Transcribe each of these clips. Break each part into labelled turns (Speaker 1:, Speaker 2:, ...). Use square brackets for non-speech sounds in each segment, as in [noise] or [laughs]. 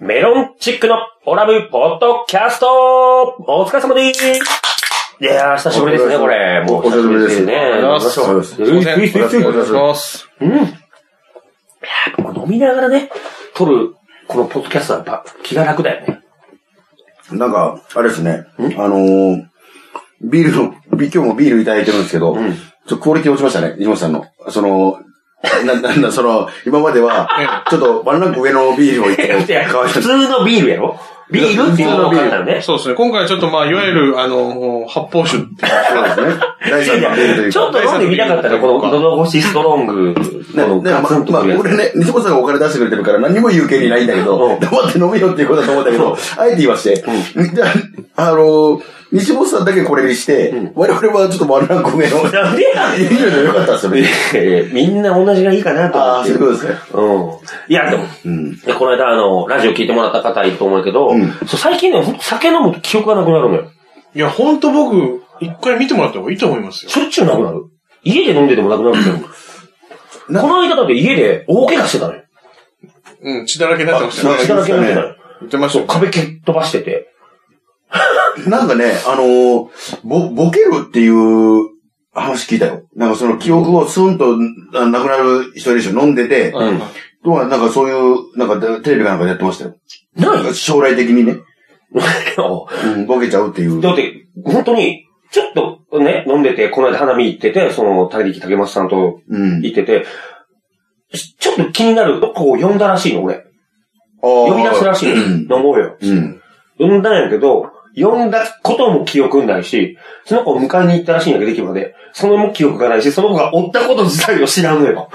Speaker 1: メロンチックのオラブポッドキャストお疲れ様でーすいやー、久しぶりですね、これ。もう久しぶりですね。
Speaker 2: お久しぶりです
Speaker 1: 行きましょう
Speaker 2: お願いします。
Speaker 1: うん。いやー僕飲みながらね、撮る、このポッドキャストはやっぱ気が楽だよね。
Speaker 3: なんか、あれですね。あのー、ビールの、 [laughs] び今日もビールいただいてるんですけど、
Speaker 1: ん
Speaker 3: ちょっとクオリティ落ちましたね、井本さんの。その、 [laughs] な、なんだ、その、今までは、ちょっとワンランク上のビールをいただい
Speaker 1: い
Speaker 3: て、
Speaker 1: や
Speaker 3: かわい
Speaker 1: 普
Speaker 3: そう
Speaker 1: 通のビールやろビールっていうのが分かったのね。
Speaker 2: そうですね。今回ちょっとまあ、いわゆる、あの、発泡酒っていう。
Speaker 3: です
Speaker 1: [laughs]
Speaker 3: ね。第三のビールという
Speaker 1: ちょっ
Speaker 3: か。
Speaker 1: と飲んでみたかったら、この喉越しストロング、この
Speaker 3: ねねま
Speaker 1: ガツンと
Speaker 3: まあ、
Speaker 1: くるやつ
Speaker 3: 俺ね、西本さんがお金出してくれてるから何も言う権利ないんだけ
Speaker 1: う
Speaker 3: ど、
Speaker 1: ん
Speaker 3: 黙って飲めよっていうことだと思うんだけど、あえて言わして、じゃあ、あのー、西本さんだけこれにして、我々はちょっとワンランク上の、
Speaker 1: なんでやねん
Speaker 3: いいのよよかったですよね。
Speaker 1: えーみんな同じがいいかなと
Speaker 3: あ
Speaker 1: 思
Speaker 3: あ、
Speaker 1: っ
Speaker 3: そう
Speaker 1: てる。
Speaker 3: いうことですね。
Speaker 1: うん。いや、でも、
Speaker 3: うん
Speaker 1: いやこの間、あの、ラジオ聞いてもらった方いると思うけど、
Speaker 3: うん
Speaker 1: そう最近ね、ほんと酒飲むと記憶がなくなるのよ。
Speaker 2: いや、ほんと僕、一回見てもらった方がいいと思いますよ。
Speaker 1: しょっちゅうなくなる。家で飲んでてもなくなるんだよ。
Speaker 3: な
Speaker 1: この間だって家で大怪我してたのよ。
Speaker 2: うん、血だらけになってました
Speaker 3: あ
Speaker 2: ね。
Speaker 3: そう
Speaker 1: 血だらけになってたのよ。
Speaker 2: 言ってました
Speaker 1: そう、
Speaker 2: よ。
Speaker 1: 壁蹴っ飛ばしてて。
Speaker 3: なんかね、あのーぼ、ボケるっていう話聞いたよ。なんかその記憶をスンとあなくなる人いるでしょ、飲んでて、
Speaker 2: はいはい
Speaker 3: とはなんかそういう、なんかテレビかなんかでやってましたよ。
Speaker 1: な
Speaker 3: ないんか将来的にね、
Speaker 1: よ。
Speaker 3: うん、ボケちゃうっていう。
Speaker 1: だって、本当に、ちょっとね、飲んでて、この間花見行ってて、その、竹木竹松さんと
Speaker 3: うん。
Speaker 1: 行ってて、しちょっと気になるとこを呼んだらしいの、俺。
Speaker 3: 呼
Speaker 1: 呼び出すらしいの。
Speaker 3: うん
Speaker 1: 飲。もうよ。
Speaker 3: うん。
Speaker 1: 呼んだんやけど、呼んだことも記憶ないし、その子を迎えに行ったらしいんやけど、駅まで。そのも記憶がないし、その子が追ったこと自体を知らんのよ。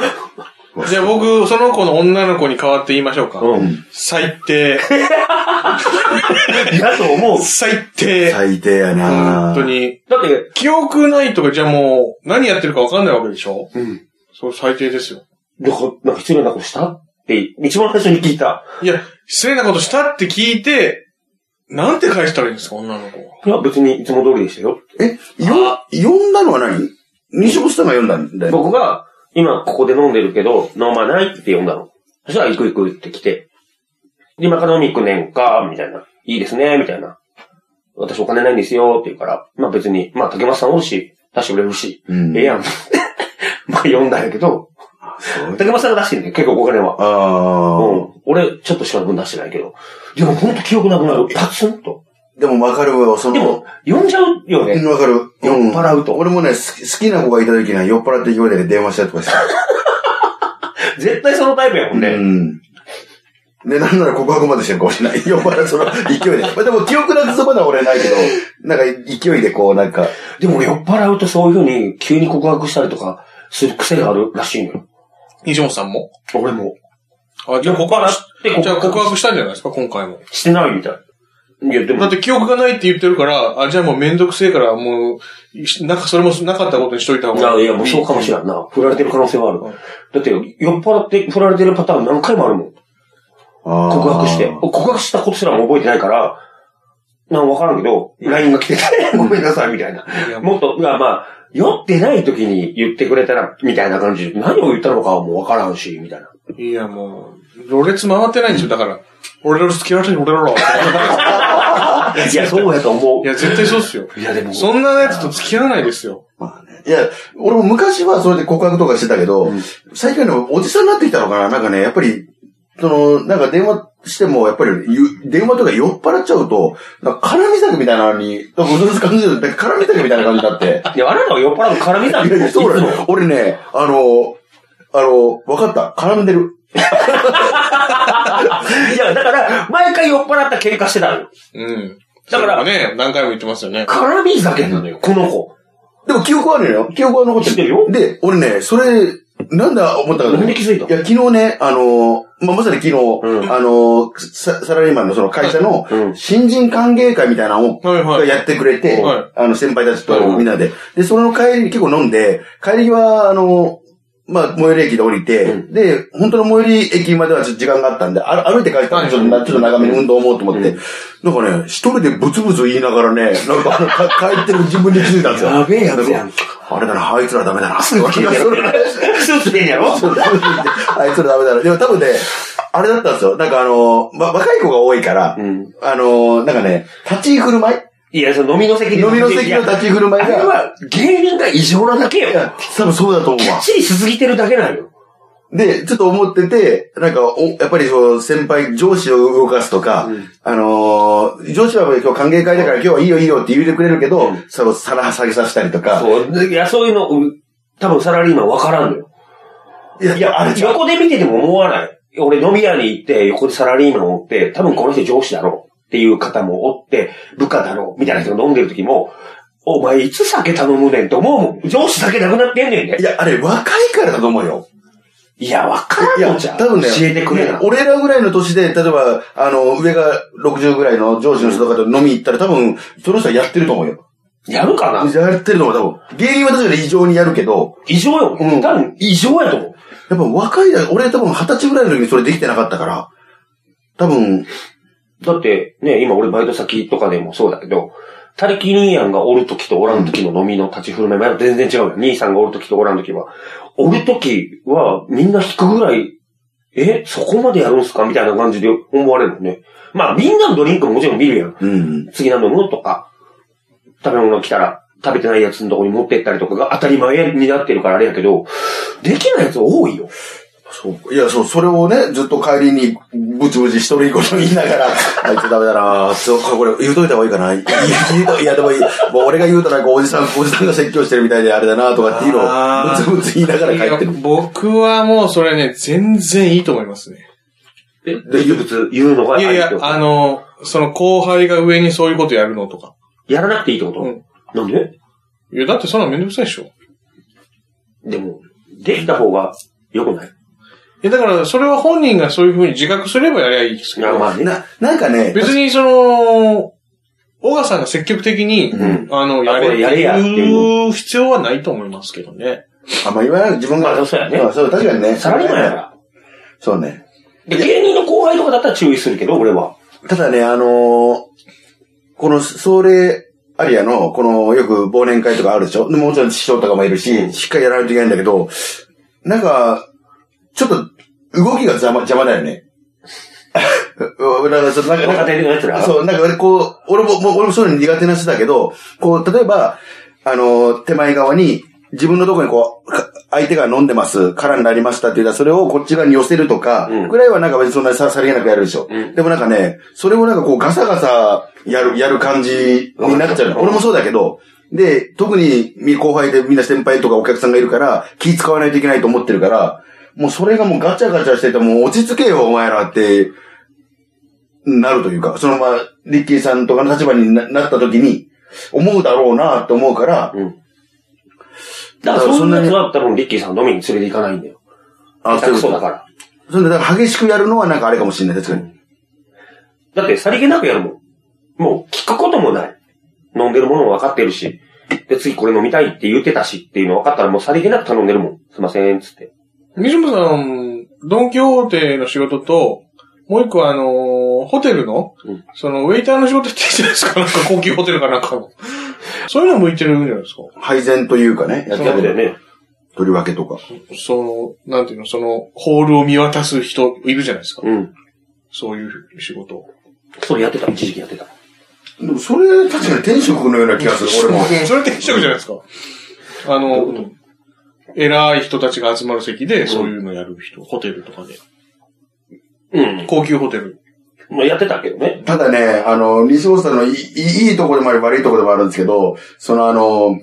Speaker 2: じゃあ僕、その子の女の子に代わって言いましょうか。
Speaker 1: うん。
Speaker 2: 最低。
Speaker 1: だと思う。
Speaker 2: 最低。
Speaker 3: 最低やな
Speaker 2: 本当に。
Speaker 1: だって、
Speaker 2: 記憶ないとか、じゃあもう、何やってるかわかんないわけでしょ
Speaker 1: うん。
Speaker 2: そう、最低ですよ。
Speaker 1: なんか、なんか失礼なことしたって、一番最初に聞いた。
Speaker 2: いや、失礼なことしたって聞いて、なんて返したらいいんですか、女の子は。
Speaker 1: いや、別にいつも通りでしたよ。
Speaker 3: え、よ、呼んだのは何西本さんが呼んだんだよ。
Speaker 1: 僕が、今ここで飲んでるけど、飲まないって呼んだの。そしたら、行く行くって来て、で今から飲み行くねんか、みたいな。いいですね、みたいな。私お金ないんですよ、って言うから、まあ別に、まあ竹松さんおるし、出してくれるし、
Speaker 3: うん
Speaker 1: え [laughs] えやん。まあ読んだんやけど、竹松さんが出してんね結構お金は。
Speaker 3: あ
Speaker 1: う
Speaker 3: あ、
Speaker 1: ん。俺、ちょっとしか分出してないけど。でもほんと記憶なくなる。パツンと。
Speaker 3: でもわかるわ、そ
Speaker 1: で
Speaker 3: の
Speaker 1: も、、読んじゃうよね。
Speaker 3: わかる。
Speaker 1: 酔っ払うと
Speaker 3: ん俺もね、好き好きな子がいた時には酔っ払って勢いで電話したりとかして。
Speaker 1: 絶対そのタイプやもん
Speaker 3: う
Speaker 1: ね。
Speaker 3: ん。で、なんなら告白までしてるかもしれない。酔っ [laughs] 払うその勢いで。まあでも記憶なくすまだは俺ないけど、なんか勢いでこう、なんか、
Speaker 1: でも酔っ払うとそういう風に急に告白したりとかする癖があるらしいのよ。
Speaker 2: 西本さんも
Speaker 1: 俺も。
Speaker 2: あ、じゃあ告白し
Speaker 1: いや告白して
Speaker 2: じゃあ告白したんじゃないですか、今回も。
Speaker 1: してないみたい。いや、でも
Speaker 2: だっ、て記憶がないって言ってるから、あ、じゃあもうめんどくせえから、もう、しなんかそれもなかったことにしといた方
Speaker 1: い
Speaker 2: が
Speaker 1: や、いや、もうそうかもしれんな。振られてる可能性はある。
Speaker 2: う
Speaker 1: だ
Speaker 2: ん
Speaker 1: って、酔っ払って振られてるパターン何回もあるもん。告
Speaker 3: 告
Speaker 1: 白して。告白したことすらも覚えてないから、なんかわからんけど、LINE が来てて、ごめんなさい、みたいな。
Speaker 2: いやも
Speaker 1: もっと、まあまあ、酔ってない時に言ってくれたら、みたいな感じで、何を言ったのかはもうわからんし、みたいな。
Speaker 2: ういや、もう、ろれつ回ってないんですよ、だから。俺ら付き合わせて俺ら。
Speaker 1: いや、そうやと思
Speaker 2: いや、絶対そうっすよ。
Speaker 1: う。いや、でも、
Speaker 2: そんなやつと付き合わないですよ。
Speaker 3: まあね。いや、俺も昔はそれで告白とかしてたけど、最近のおじさんになってきたのかななんかね、やっぱり、その、なんか電話しても、やっぱり、ゆ電話とか酔っ払っちゃうと、なんか絡み酒みたいなのに、なんかうずうず感じる。なんか絡み酒みたいな感じになって。
Speaker 1: いや、あなたは酔っ払う絡みだ
Speaker 3: いやいや、そうだよ。俺ね、あの、あの、わかった。絡んでる。
Speaker 1: いや、だから、毎回酔っ払った喧嘩してたのよ。
Speaker 2: うん。
Speaker 1: だから
Speaker 2: それもね、何回も言ってますよね。
Speaker 1: 絡み酒なのよ、この子。
Speaker 3: でも記憶はあるのよ。記憶は残って
Speaker 1: 知ってるよ
Speaker 3: で、俺ね、それ、なんだ思ったかと
Speaker 1: なんで気づいたの
Speaker 3: いや、昨日ね、あのー、まあ、まさに昨日、
Speaker 1: ん
Speaker 3: あのーサ、サラリーマンのその会社の
Speaker 1: うん
Speaker 3: 新人歓迎会みたいなのを、
Speaker 2: はいはい
Speaker 3: がやってくれて、
Speaker 2: は
Speaker 3: あの、先輩たち
Speaker 2: はいは
Speaker 3: と
Speaker 2: い
Speaker 3: みんなで。で、その帰りに結構飲んで、帰りは、あのー、まあ、最寄り駅で降りて、
Speaker 1: う
Speaker 3: で、本当の最寄り駅まではちょっと時間があったんで、あ歩いて帰ったんで、ちょっとなちょっと長めに運動を思おうと思って、なんかね、一人でブツブツ言いながらね、なんかあのか帰ってる自分に気づいたんですよ。
Speaker 1: やべえやつやん
Speaker 3: ああれだな、あいつらダメだな、って言われ
Speaker 1: 切れ
Speaker 3: た
Speaker 1: て
Speaker 3: それ
Speaker 1: る。スーツ着てんやろ
Speaker 3: そうそうあいつらダメだな。でも多分ね、あれだったんですよ。なんかあの、ま、若い子が多いから、
Speaker 1: うん。
Speaker 3: あの、なんかね、立ち居振る舞い
Speaker 1: いや、その飲みの席
Speaker 3: 飲みの席の立ち居振る
Speaker 1: あ
Speaker 3: 舞い
Speaker 1: れ
Speaker 3: が、
Speaker 1: は芸人が異常なだけよ。
Speaker 3: い
Speaker 1: きっ
Speaker 3: や、多分そうだと思うわ。
Speaker 1: ちりしすぎてるだけなのよ。
Speaker 3: で、ちょっと思ってて、なんか、お、やっぱりそう、先輩、上司を動かすとか、
Speaker 1: うん
Speaker 3: あのー上司はやっぱり今日歓迎会だから今日はいいよいいよって言ってくれるけど、
Speaker 1: うん
Speaker 3: その、皿下げさせたりとか、
Speaker 1: そう。いや、そういうの、うん多分サラリーマンわからんのよ。
Speaker 3: いや、
Speaker 1: いや、
Speaker 3: あれちゃう
Speaker 1: 横で見てても思わない。俺飲み屋に行って、横でサラリーマンを追って、多分この人上司だろうっていう方もおって、部下だろうみたいな人が飲んでる時も、お前いつ酒頼むねんと思うもん。上司酒なくなってんねんね
Speaker 3: い。や、あれ若いからだと思うよ。
Speaker 1: いや、わから
Speaker 3: い
Speaker 1: ん
Speaker 3: や、
Speaker 1: のじゃん。
Speaker 3: 多分ね、
Speaker 1: 教えてくれな。
Speaker 3: 俺らぐらいの年で、例えば、あの、上が60ぐらいの上司の人とかと飲み行ったら多分、その人はやってると思うよ。
Speaker 1: やるかな
Speaker 3: やってると思う、多分。芸人は確かに異常にやるけど、
Speaker 1: 異常よ。
Speaker 3: うん
Speaker 1: 多分異常やと思う。
Speaker 3: やっぱ若いだ、俺多分二十歳ぐらいの時にそれできてなかったから、多分、
Speaker 1: だって、ね、今俺バイト先とかでもそうだけど、他力兄やんがおる時とおらん時の飲みの立ち振る舞いは全然違うよ。兄さんがおる時とおらん時は。おる時はみんな引くぐらい、え、そこまでやるんすかみたいな感じで思われるのね。まあみんなのドリンクももちろん見るやん。
Speaker 3: うん。
Speaker 1: 次何飲むとか、食べ物来たら食べてないやつのとこに持ってったりとかが当たり前になってるからあれやけど、できないやつ多いよ。
Speaker 3: そう。いや、そう、それをね、ずっと帰りに、ぶちぶち一人ごと言いながら、 [laughs] あいつダメだなそうか、これ言うといた方がいいかな。いい言うといや、でもいい。もう俺が言うとなんかおじさん、おじさんが説教してるみたいであれだなとかっていうの
Speaker 2: あー
Speaker 3: を、ぶつぶつ言いながら帰ってる。
Speaker 2: 僕はもうそれね、全然いいと思いますね。
Speaker 1: え、物々言うのが
Speaker 2: いやいや
Speaker 1: 相手、を
Speaker 2: あの、その後輩が上にそういうことやるのとか。
Speaker 1: やらなくていいってこと、
Speaker 2: うん
Speaker 1: なんで
Speaker 2: いや、だってそんなのめんどくさいでしょ。い
Speaker 1: でも、できた方が良くない
Speaker 2: や、だからそれは本人がそういうふうに自覚すればやりゃいいです
Speaker 1: い
Speaker 2: けど
Speaker 1: や、。まあね。
Speaker 3: な、なんかね、
Speaker 2: 別にその、小川さんが積極的に、
Speaker 3: うん
Speaker 2: あの、や
Speaker 1: あこれ
Speaker 2: れ
Speaker 1: や
Speaker 2: や
Speaker 1: れ
Speaker 2: れ
Speaker 1: や
Speaker 2: や
Speaker 1: っ
Speaker 2: ってて
Speaker 1: い
Speaker 2: いう必要はないと思いますけどね。
Speaker 3: あんま言わない。自分
Speaker 1: ま
Speaker 3: が。
Speaker 1: あそうやね
Speaker 3: んそう、確かにね。
Speaker 1: サラリーマンやから。
Speaker 3: そうね。
Speaker 1: で、芸人の後輩とかだったら注意するけど、俺は。
Speaker 3: ただね、あのーこの、それ、アリアの、この、よく忘年会とかあるでしょでもちろん師匠とかもいるし、しっかりやらないといけないんだけど、なんか、ちょっと、動きが邪魔、邪魔だよね。 [laughs] うんなんか、そうなんかなん
Speaker 1: 若
Speaker 3: か
Speaker 1: 手のやつら。
Speaker 3: そう、なんかこう、俺も、もう俺もそういうの苦手な人だけど、こう、例えば、あの、手前側に、自分のとこにこう、か相手が飲んでます、空になりましたって言ったら、それをこっち側に寄せるとか、
Speaker 1: うん
Speaker 3: ぐらいはなんか別にそんなにささりげなくやるでしょ。
Speaker 1: うん
Speaker 3: でもなんかね、それをなんかこうガサガサやる、やる感じになっちゃうの。俺もそうだけど、で、特にみ後輩でみんな先輩とかお客さんがいるから、気使わないといけないと思ってるから、もうそれがもうガチャガチャしてて、もう落ち着けよ、お前らって、なるというか、そのまま、リッキーさんとかの立場にななった時に、思うだろうなと思うから、
Speaker 1: うん。だから、そんなやつは多分、リッキーさん飲みに連れて行かないんだよ。
Speaker 3: あ
Speaker 1: 下手くそ
Speaker 3: そういうこ
Speaker 1: だ
Speaker 3: と
Speaker 1: から。
Speaker 3: それで、だから激しくやるのはなんかあれかもしれない、確かに。
Speaker 1: だって、さりげなくやるもん。もう、聞くこともない。飲んでるものも分かってるし。で、次これ飲みたいって言ってたしっていうの分かったら、もうさりげなく頼んでるもん。すいません、つって。
Speaker 2: 西本さん、ドンキホーテの仕事と、もう一個あの、ホテルの、
Speaker 1: うん
Speaker 2: その、ウェイターの仕事やってるじゃないですか。なんか高級ホテルかなんかの。そういうの向いてるんじゃないですか。
Speaker 3: 配膳というかね、やって
Speaker 1: や
Speaker 3: る
Speaker 1: つだ
Speaker 3: ん
Speaker 1: よ
Speaker 3: だよね。
Speaker 1: ね。
Speaker 3: 取り分けとか。
Speaker 2: その、なんていうの、その、ホールを見渡す人いるじゃないですか。
Speaker 1: うん。
Speaker 2: そういう仕事。
Speaker 1: それやってた。一時期やってた。
Speaker 3: でもそれ、確かに天職のような気がする、俺も。
Speaker 2: それって一緒じゃないですか。あ
Speaker 1: どういう
Speaker 2: の、偉い人たちが集まる席で、そういうのやる人、ホテルとかで。
Speaker 1: うん。
Speaker 2: 高級ホテル。
Speaker 1: まあ、やってたけどね。
Speaker 3: ただね、あの、西本さんのいいいいところでもあり悪いところでもあるんですけど、そのあの、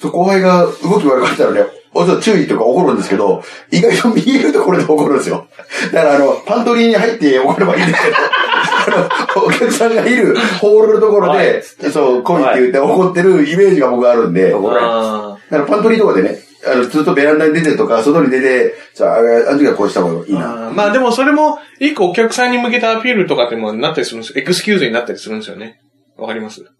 Speaker 3: そう後輩が動き悪かったらね、おちょっと注意とか怒るんですけど、意外と見えるところで怒るんですよ。だからあの、パントリーに入って怒ればいいんですけど、あのお客さんがいるホールのところ
Speaker 1: は
Speaker 3: で、そう、来いって言って怒ってるイメージが僕あるんで、
Speaker 1: 怒られてた
Speaker 3: だからパントリーとかでね、あの、ずっとベランダに出てとか、外に出て、じゃあ、あの時はこうした方がいいな。
Speaker 2: あーまあでもそれも、一個お客さんに向けたアピールとかってもなったりするんですよ。エクスキューズになったりするんですよね。わかりますだ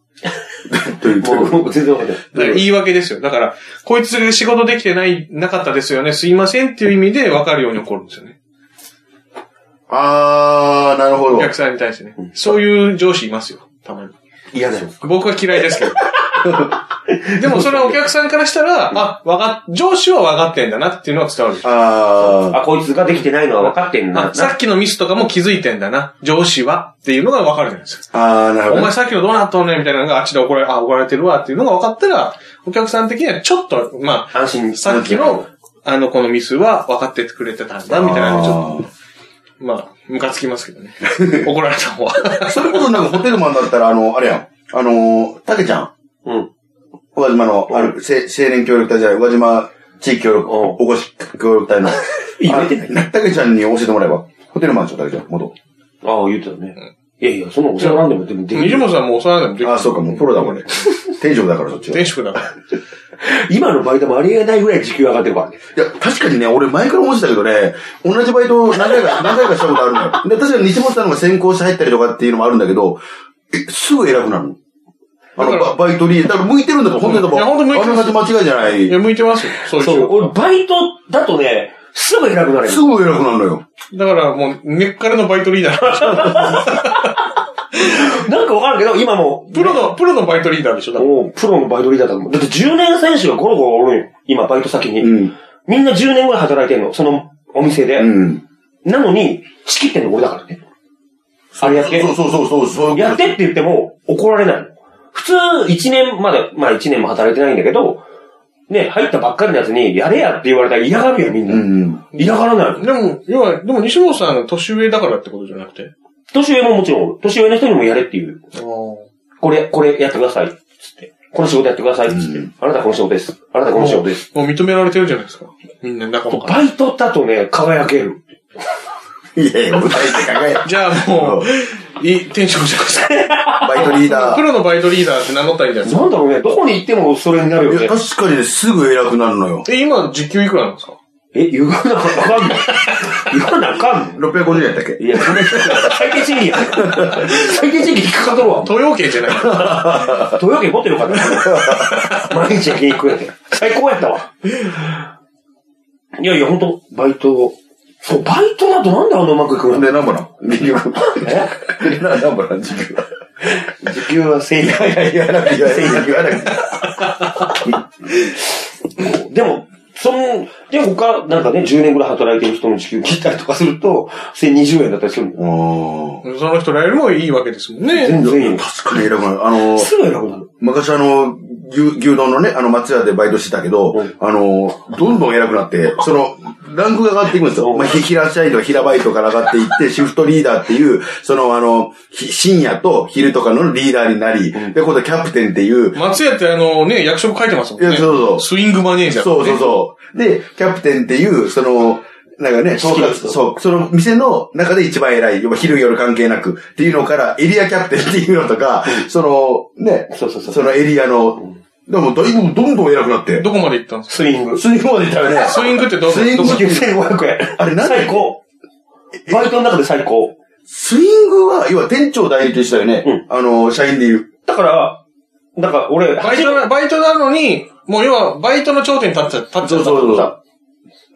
Speaker 2: か
Speaker 3: というという
Speaker 1: もう、全然分かってない。
Speaker 2: ら言い訳ですよ。だから、こいつが仕事できてない、なかったですよね。すいませんっていう意味でわかるように怒るんですよね。
Speaker 3: あー、なるほど
Speaker 2: お。客さんに対してね。そういう上司いますよ。たまに。
Speaker 1: 嫌だよ。
Speaker 2: 僕は嫌いですけど。 [laughs] でもそれはお客さんからしたら、あ、わかっ、上司はわかってんだなっていうのは伝わる。
Speaker 3: あ
Speaker 1: あ、こいつができてないのは分かってんだ
Speaker 2: あ、さ
Speaker 1: な。
Speaker 2: っきのミスとかも気づいてんだな。上司はっていうのがわかるじゃないですか。
Speaker 3: あ、ああ、なるほ
Speaker 2: お
Speaker 3: どね
Speaker 2: 前。さっきのどうなったのねみたいなのがあっちで怒られ、あ、怒られてるわっていうのが分かったら、お客さん的にはちょっと、ま
Speaker 1: 安心
Speaker 2: あ、さっきの、あの、このミスは分かっててくれてたんだ、みたいなのでちょ
Speaker 3: あ
Speaker 2: っと、まあ、ムカつきますけどね。 [laughs] 怒られた
Speaker 3: [laughs]
Speaker 2: 方
Speaker 3: ー
Speaker 2: は。
Speaker 3: それこそなんかホテルマンだったら、あの、あれやん。あのー、たけちゃん。
Speaker 1: うん。
Speaker 3: 宇和島の、ある、せ青年協力隊じゃない、宇和島地域協力、
Speaker 1: おう
Speaker 3: おこし協力隊
Speaker 2: [laughs]
Speaker 3: の。
Speaker 1: 言えてない
Speaker 3: あたけちゃんに教えてもらえば。ホテルマンでしょ、たけちゃん、元。
Speaker 1: ああ、言ってたね。いやいや、そのお世話なんでも、でもでき
Speaker 2: 西
Speaker 1: る。
Speaker 2: 本さんもう幼いでもできる
Speaker 3: あ、そうか、もうプロだも
Speaker 2: [laughs]
Speaker 3: んね。転職だから、そっちは。
Speaker 2: 転職だから。
Speaker 1: 今のバイトもありえないぐらい時給上がってるからね。
Speaker 3: いや、確かにね、俺前から思ってたけどね、同じバイトを何回か、 [laughs] 何回かしたことあるのよ。で、確かに西本さんのが先行して入ったりとかっていうのもあるんだけど、え、すぐ偉くなるのあの
Speaker 2: だから
Speaker 3: バ、バイトに、だから向いてるんだと、本当にだ
Speaker 2: いや本当向いてます
Speaker 3: あの間違いじゃない
Speaker 2: いや、。向いてますよ。そういう仕
Speaker 1: そう、
Speaker 2: 事
Speaker 1: 俺バイトだとね、すぐ偉くなれる
Speaker 3: す。ぐ偉くなるのよ。
Speaker 2: だからもう、根っからのバイトリーダ
Speaker 3: [laughs]
Speaker 2: ー。
Speaker 1: なんかわかるけど、今もう、
Speaker 2: プロの、プロのバイトリーダーでしょ、だから
Speaker 1: もうプロのバイトリーダーだと思う。だって10年選手がゴロゴロおるんよ。今、バイト先に。
Speaker 3: うん。
Speaker 1: みんな10年ぐらい働いてんの、そのお店で。
Speaker 3: うん。
Speaker 1: なのに、仕切ってんの俺だからね。あれやって
Speaker 3: そ。うそうそうそう、そういうこと
Speaker 1: やってって言っても怒られないの。普通、1年まで、まあ1年も働いてないんだけど、ね、入ったばっかりのやつに、やれやって言われたら嫌がるよ、みん
Speaker 3: う
Speaker 1: な。
Speaker 3: ん。
Speaker 1: 嫌がらないの。
Speaker 2: でも、要は、でも西本さんが年上だからってことじゃなくて。
Speaker 1: 年上ももちろん、年上の人にもやれっていう。これ、これやってください。つって。この仕事やってください。つって。
Speaker 3: うん
Speaker 1: あなたこの仕事です。あなたこの仕事です。
Speaker 2: もう認められてるじゃないですか。みんな仲間から。
Speaker 1: バイトだとね、輝ける。
Speaker 3: いやいや、舞台って考えや。
Speaker 2: じゃあもう、いい、転職してください。
Speaker 3: バイトリーダ
Speaker 2: プ
Speaker 3: ー。
Speaker 2: ロのバイトリーダーって名乗ったらいいんじゃないです
Speaker 1: なんだろうね、どこに行ってもそれになるよ
Speaker 3: いや、
Speaker 1: ね。
Speaker 3: 確かにね、すぐ偉くなるのよ。
Speaker 2: か。え、今、時給いくらなんですか
Speaker 1: え、言わなあかんの言わなあかんの
Speaker 3: 650円やったっけ
Speaker 1: いや、それ、最低賃金や。最低賃金引っかかっとるわ。
Speaker 2: 東洋圏じゃない。
Speaker 1: 豊家持ってる
Speaker 3: [laughs]
Speaker 1: から毎日焼き肉やて。最高やったわ。いやいや、ほんと、バイト、そう、バイトだとなんであんなうまくいくの
Speaker 3: で、なんぼ [laughs] なん右は。
Speaker 1: え
Speaker 3: で、なんぼなん時給は。
Speaker 1: 時給は1000
Speaker 3: いやいや、言わなくて、言わなくて、言わなくて。
Speaker 1: 円。でも、その、で、他、なんかね、10年ぐらい働いてる人の時給切ったりとかすると、1020円だったりするんだよ。
Speaker 3: ああ。
Speaker 2: その人らよりもいいわけですもんね。
Speaker 1: 全然いい。
Speaker 3: 確かに偉くなる。あの、
Speaker 1: すぐ偉くなる。
Speaker 3: 昔あの、牛、牛丼のね、あの、松屋でバイトしてたけど
Speaker 1: うん、
Speaker 3: あの、どんどん偉くなって、その、ランクが上がっていくんです
Speaker 1: う
Speaker 3: よ。
Speaker 1: ん
Speaker 3: まあ、ひ平社員とか平バイトから上がっていって、シフトリーダーっていう、その、あの、ひ深夜と昼とかのリーダーになり、で、今度キャプテンっていう、
Speaker 2: 松屋ってあのね、役職書いてますもん
Speaker 3: い
Speaker 2: ね。
Speaker 3: やそうそう
Speaker 2: スイングマネージャー。
Speaker 3: そうそうそう。で、キャプテンっていう、その、なんかね、
Speaker 1: 好
Speaker 3: 統
Speaker 1: きな
Speaker 3: 括
Speaker 1: 人
Speaker 3: そう、その店の中で一番偉い、要は昼夜関係なくっていうのから、エリアキャプテンっていうのとか、その、ね、
Speaker 1: そうそうそう。
Speaker 3: そのエリアの、でもだいぶどんどん偉くなって。
Speaker 2: どこまで行ったんですか
Speaker 1: スイング。
Speaker 3: スイングまで行った
Speaker 1: [laughs]
Speaker 3: よね。
Speaker 2: スイングってど、ど
Speaker 3: スイング
Speaker 2: こ
Speaker 1: 時給1500円。
Speaker 3: あれなんで
Speaker 1: 最高。バイトの中で最高。
Speaker 3: スイングは、要は店長代理としたよね。
Speaker 1: うん
Speaker 3: あの、社員で言う。
Speaker 1: だから、だから俺、
Speaker 2: バイ
Speaker 3: [laughs]
Speaker 2: トな、バイトなのに、もう要は、バイトの頂点に立っちゃ、立っちゃった。
Speaker 3: そうそうそう。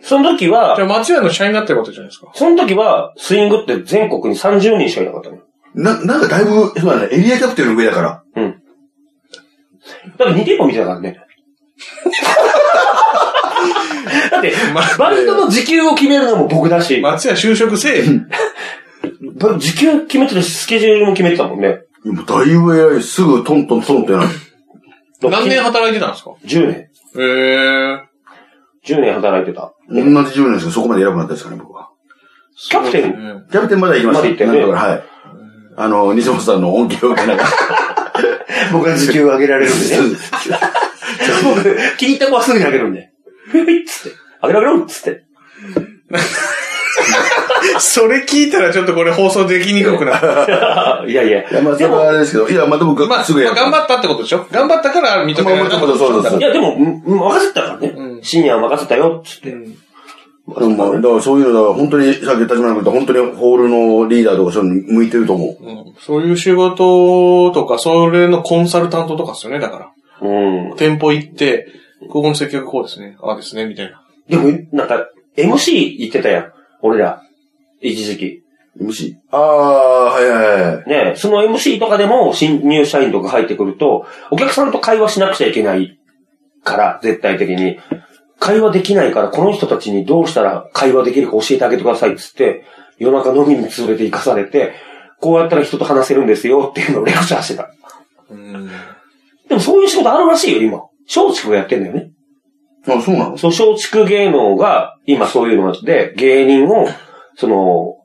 Speaker 1: その時は
Speaker 2: じゃ、あ松屋の社員になってることじゃないですか。
Speaker 1: その時は、スイングって全国に30人しかいなかったの。
Speaker 3: な、なんかだいぶ、そうだね、エリアキャプテンの上だから。
Speaker 1: うん。だって2店舗みたいだからね。 [laughs] だって、バイトの時給を決めるのも僕だし、
Speaker 2: 松屋就職せえ。
Speaker 3: [laughs]
Speaker 1: ば時給決めてるし、スケジュールも決めてたもんね。
Speaker 3: いやもうだいぶ偉い。すぐトントントンってなる。
Speaker 2: 何年働いてたんですか
Speaker 1: ?10 年。
Speaker 2: ええー。
Speaker 1: 10年働いてた。
Speaker 3: 同じ10年ですけど、そこまで偉くなったですかね、僕は。
Speaker 1: キャプテン
Speaker 2: ン
Speaker 3: キャプテンまだ行きました。
Speaker 1: まだ行ったよね
Speaker 3: なんとかはい。あの、西本さんの恩恵を受けながら。
Speaker 1: 僕が時給上げられるんで [laughs] ね。僕、気に入った子はすぐにあげるんで。ふいふいっつって。あげろあげろっつって。 [laughs]
Speaker 2: それ聞いたらちょっとこれ放送できにくくなる。
Speaker 1: いやいや。
Speaker 3: いや、まあ、そ
Speaker 1: で
Speaker 3: れ
Speaker 1: も
Speaker 3: はあれですけど、いや、まあ、でも、
Speaker 2: ま
Speaker 3: [laughs]
Speaker 2: あ、
Speaker 3: すぐ
Speaker 2: ま
Speaker 3: や
Speaker 2: あ頑張ったってことでしょ頑張ったから認められたってことでしょ
Speaker 3: まあまあまあそうそうそう
Speaker 1: いや、でも、うんうん任せてたからね。
Speaker 2: うん
Speaker 1: 深夜は任せたよ、つって。
Speaker 2: うん
Speaker 3: でもまあ、だからそういうのは、本当に、さっき田島君と本当にホールのリーダーとかそういうの向いてると思う。
Speaker 2: うんそういう仕事とか、それのコンサルタントとかですよね、だから。
Speaker 1: うん。
Speaker 2: 店舗行って、ここの接客こうですね、ああですね、みたいな。
Speaker 1: でも、なんか、MC 言ってたやん。俺ら。一時期。
Speaker 3: MC? ああ、はいはいはい。
Speaker 1: ね、その MC とかでも新入社員とか入ってくると、お客さんと会話しなくちゃいけないから、絶対的に。会話できないから、この人たちにどうしたら会話できるか教えてあげてくださいっつって、夜中飲みに連れて行かされて、こうやったら人と話せるんですよっていうのをレクチャーしてた。
Speaker 2: うん。
Speaker 1: でもそういう仕事あるらしいよ、今。松竹がやってんだよね。
Speaker 3: あ、そうなの
Speaker 1: そう、松竹芸能が、今そういうので、芸人を、その、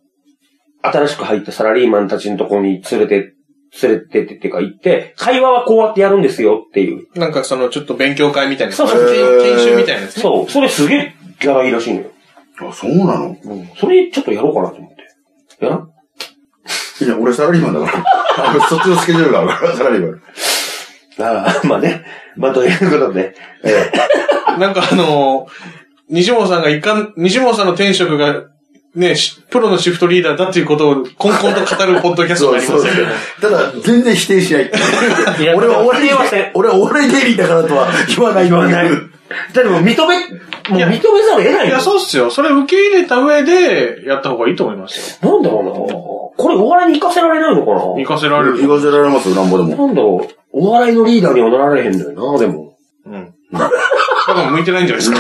Speaker 1: 新しく入ったサラリーマンたちのところに連れて、連れてってっていうか行って、会話はこうやってやるんですよっていう。
Speaker 2: なんかその、ちょっと勉強会みたいな。
Speaker 1: そうそう
Speaker 2: 研研修みたいなやつね。
Speaker 1: そう、それすげえギャラいいらしいのよ。
Speaker 3: あ、そうなの
Speaker 1: うん。それちょっとやろうかなと思って。やらん
Speaker 3: いや、俺サラリーマンだから。あのそっちのスケジュールがあるから、サラリーマン。
Speaker 1: あ [laughs] あ、まあね。まあということで。
Speaker 3: え
Speaker 2: [laughs] なんかあのー、西本さんが一貫、西本さんの転職が、ね、しプロのシフトリーダーだっていうことを、こんこんと語るポッドキ
Speaker 3: え。
Speaker 2: ャスト
Speaker 3: [laughs] そう
Speaker 2: になり
Speaker 3: そ
Speaker 2: ま
Speaker 3: う
Speaker 2: す
Speaker 3: そう
Speaker 2: よ。
Speaker 3: ただ、全然否定しない。
Speaker 1: いや
Speaker 3: 俺はお笑い
Speaker 1: 否定はして、
Speaker 3: 俺はお笑い芸人だからとは言わない。
Speaker 1: 言わない。だってもう認め、もう認めざるを得ない
Speaker 2: い
Speaker 1: よ
Speaker 2: や、そうっすよ。それ受け入れた上で、やった方がいいと思いますよ。
Speaker 1: なんだろうなこれお笑いに行かせられないのかな
Speaker 2: 行かせられ
Speaker 3: [laughs]
Speaker 2: る
Speaker 3: 言
Speaker 2: と。
Speaker 3: わせられますよ、なんぼでも。
Speaker 1: なんだろう、お笑いのリーダーにはなられへんのよな、でも。
Speaker 2: うん。多分向いてないんじゃないですか。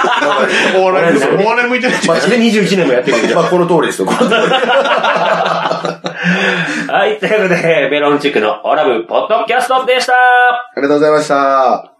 Speaker 3: [laughs]
Speaker 2: お笑い、お笑い向いてないんじゃ
Speaker 1: ま
Speaker 2: ない
Speaker 1: あ、それ21年もやってるじゃん。
Speaker 3: まあ、この通りですよ、この通り。
Speaker 1: はい、ということで、メロンチックのオラブポッドキャストでした
Speaker 3: ありがとうございました。